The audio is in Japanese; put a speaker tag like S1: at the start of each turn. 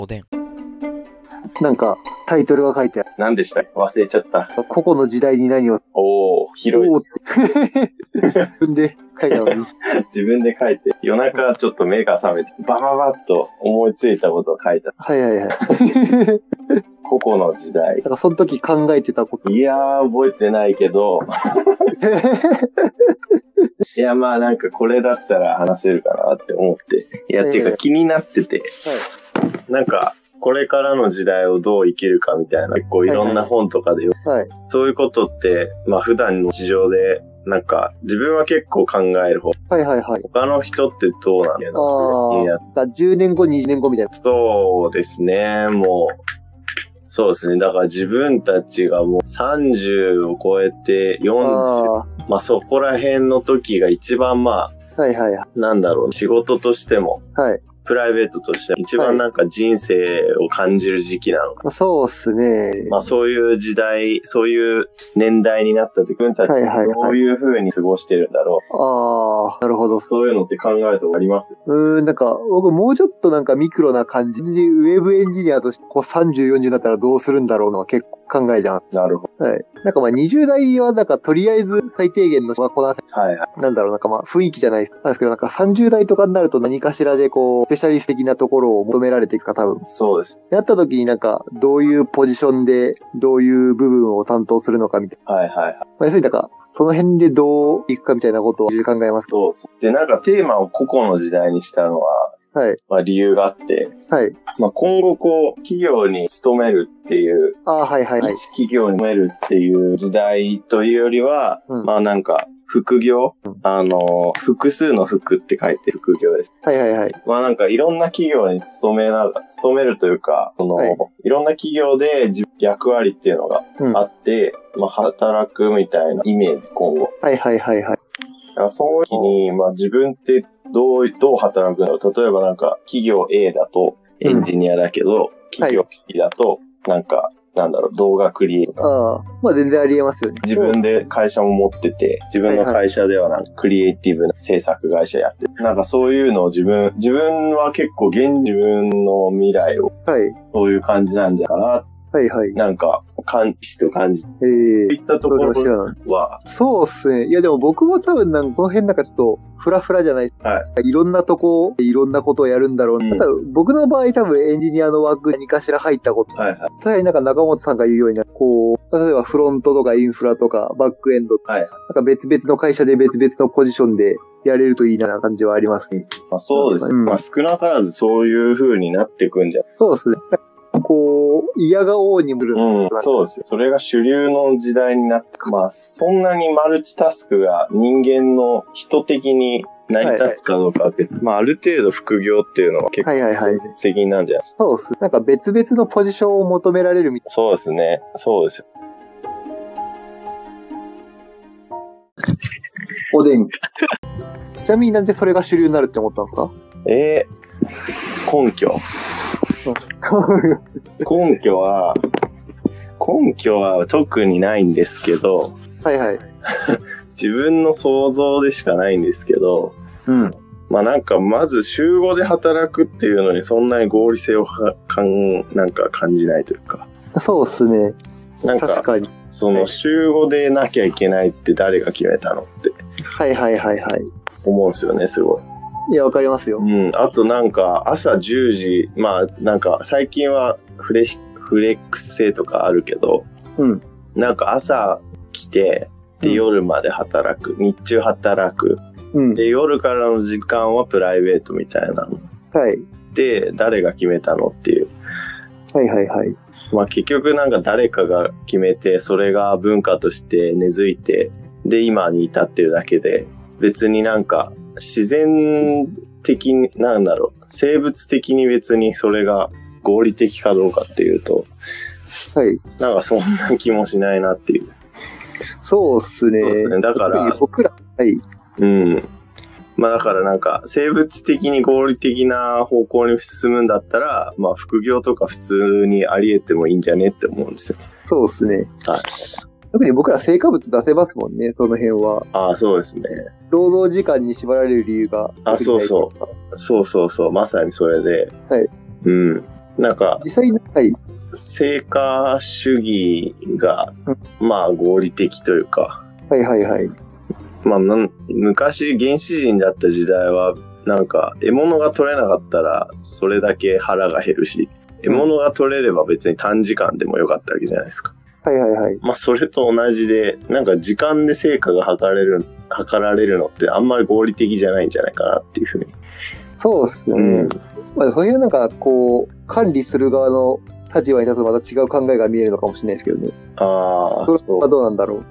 S1: おでん。
S2: なんか、タイトルが書いてある。
S3: 何でした忘れちゃった。
S2: 個々の時代に何を、
S3: おー、広い
S2: お。ーって。 自分で書いたのに。
S3: 自分で書いて、夜中ちょっと目が覚めて、バババッと思いついたことを書いた。
S2: はいはいはい。
S3: 個々の時代
S2: な。んか、その時考えてたこと。
S3: いやー、覚えてないけど、いや、まあなんかこれだったら話せるかなって思って。いや、
S2: ええ
S3: っていうか気になってて、なんか、これからの時代をどう生きるかみたいな、結構いろんな本とかでよ
S2: はい。
S3: そういうことって、まあ普段の日常で、なんか、自分は結構考える方。
S2: はいはいはい。
S3: 他の人ってどうなんだろうなっていうのが気になって
S2: だ10年後、20年後みたいな。
S3: そうですね、もう。そうですね。だから自分たちがもう30を超えて40、
S2: ああ
S3: まあそこら辺の時が一番まあ、
S2: ー。はいはいはい。
S3: なんだろう、仕事としても、
S2: はい。
S3: プライベートとしても一
S2: はい
S3: 番なんか人生を感じる時期なのか。
S2: まあ、そうっすね。
S3: まあそういう時代、そういう年代になった時、自分たち
S2: はいはいはい
S3: どういう風に過ごしてるんだろう。
S2: ああ、なるほど。
S3: そういうのって考えたことあります
S2: うーん、なんか、僕もうちょっとなんかミクロな感じに、ウェブエンジニアとして、こう30、40になったらどうするんだろうのは結構考えてなかっ
S3: なるほ
S2: た。はい。なんかまあ20代はなんかとりあえず最低限の、まあこの、
S3: ど。はいはい。
S2: なんだろう、なんかまあ雰囲気じゃないです。なんですけど、なんか30代とかになると何かしらでこう、スペシャリスト的なところを求められていくか多分。
S3: そうです。
S2: やった時になんか、どういうポジションで、どういう部分を担当するのかみたい
S3: はいはいはい。
S2: な。まあ、要するになんか、その辺でどういくかみたいなことを考えます。
S3: そうです。で、なんかテーマを個々の時代にしたのは、
S2: はい。
S3: まあ理由があって、
S2: はい。
S3: まあ今後こう、企業に勤めるっていう、
S2: ああ、はいはいはい。
S3: 一企業に勤めるっていう時代というよりは、
S2: うん
S3: まあなんか、副業、
S2: うん
S3: あの、複数の服って書いて副業です。
S2: はいはいはい。
S3: まあなんかいろんな企業に勤めながら、勤めるというか、その、
S2: はい
S3: い、ろんな企業で自役割っていうのが
S2: うん。
S3: あ
S2: は
S3: って、まあ働くみたいなイメージ、今後。
S2: いはいはいはい。
S3: だからその時に、まあ自分ってどう、どう働くんだろう。例えばなんか、企業 A だとエンジニアだけど、企業 B だと、なんか、なんだろう、動画クリエイターとか。
S2: ああ、まあ全然ありえますよね。
S3: 自分で会社も持ってて、自分の会社ではなんかクリエイティブな制作会社やってるなんかそういうのを自分、自分は結構現自分の未来を
S2: はい。
S3: そういう感じなんじゃかな、
S2: はいはい。
S3: なんか、感知と感じ。そ
S2: ええ
S3: ういったとこ
S2: それは
S3: ろは、
S2: そうっすね。いやでも僕も多分なんかこの辺なんかちょっとフラフラじゃない。。
S3: はい
S2: いろんなとこ、いろんなことをやるんだろうな。
S3: うん
S2: 多分僕の場合多分エンジニアの枠に何かしら入ったこと。
S3: はいはい。
S2: さらになんか中本さんが言うように、こう、例えばフロントとかインフラとかバックエンドとか、
S3: はい
S2: なんか別々の会社で別々のポジションでやれるといいな感じはあります。
S3: まあそうですね。
S2: うん
S3: まあ少なからずそういう風になっていくんじゃ
S2: そうですね。こう、嫌が王にもるんですけど
S3: う
S2: なんんか、
S3: そうですよ。それが主流の時代になって、まあ、そんなにマルチタスクが人間の人的に成り立つかどうかって、まあ、ある程度副業っていうのは結構
S2: はいはいはい
S3: 現。実的なんじゃないですか。
S2: そうっす。なんか別々のポジションを求められるみたい
S3: そうですね。そうですよ。
S2: な。おでん。 ちなみになんでそれが主流になるって思ったんですか
S3: えー、根拠。 根拠は、根拠は特にないんですけど、
S2: はいはい。
S3: 自分の想像でしかないんですけど、
S2: うん。
S3: まあなんかまず週5で働くっていうのにそんなに合理性をはかんなんか感じないというか。
S2: そうっすね。
S3: なん
S2: 確
S3: か
S2: かに。
S3: その週5でなきゃいけないって誰が決めたのって
S2: はいはいはいはい。
S3: 思うんですよね、すごい。
S2: いや、わかりますよ。
S3: うん。あとなんか朝10時、まあなんか最近はフレフレックス制とかあるけど、
S2: うん。
S3: なんか朝来て、で
S2: うん
S3: 夜まで働く、日中働く、
S2: うん。
S3: で夜からの時間はプライベートみたいなの
S2: はい。
S3: で誰が決めたのっていう。
S2: はいはいはい。
S3: まあ結局なんか誰かが決めて、それが文化として根付いて、で今に至ってるだけで、別になんか自然的に、なんだろう、生物的に別にそれが合理的かどうかっていうと、
S2: はい。
S3: なんかそんな気もしないなっていう。
S2: そうっすね。
S3: そうですねだから
S2: 特に僕ら、はい。
S3: うん。まあだからなんか生物的に合理的な方向に進むんだったら、まあ副業とか普通にあり得てもいいんじゃねって思うんですよ。
S2: そうっすね。
S3: はい。
S2: 特に僕ら成果物出せますもんね、その辺は。
S3: ああ、そうですね。
S2: 労働時間に縛られる理由が。
S3: あそうそう。そうそうそう、まさにそれで。
S2: はい
S3: うん。なんか、
S2: 実際に、はい。
S3: 成果主義が、まあ合理的というか、
S2: はいはいはい。
S3: まあなん昔原始人だった時代は、なんか獲物が取れなかったらそれだけ腹が減るし、獲物が取れれば別に短時間でもよかったわけじゃないですか。
S2: はいはいはい。
S3: まあそれと同じで、なんか時間で成果が測れる、測られるのってあんまり合理的じゃないんじゃないかなっていうふうに。
S2: そうっすよね。
S3: うん
S2: まあ、そういうなんか、こう、管理する側の立場に立つとまた違う考えが見えるのかもしれないですけどね。
S3: ああ、
S2: それ
S3: そ
S2: は
S3: う。
S2: どうなんだろう。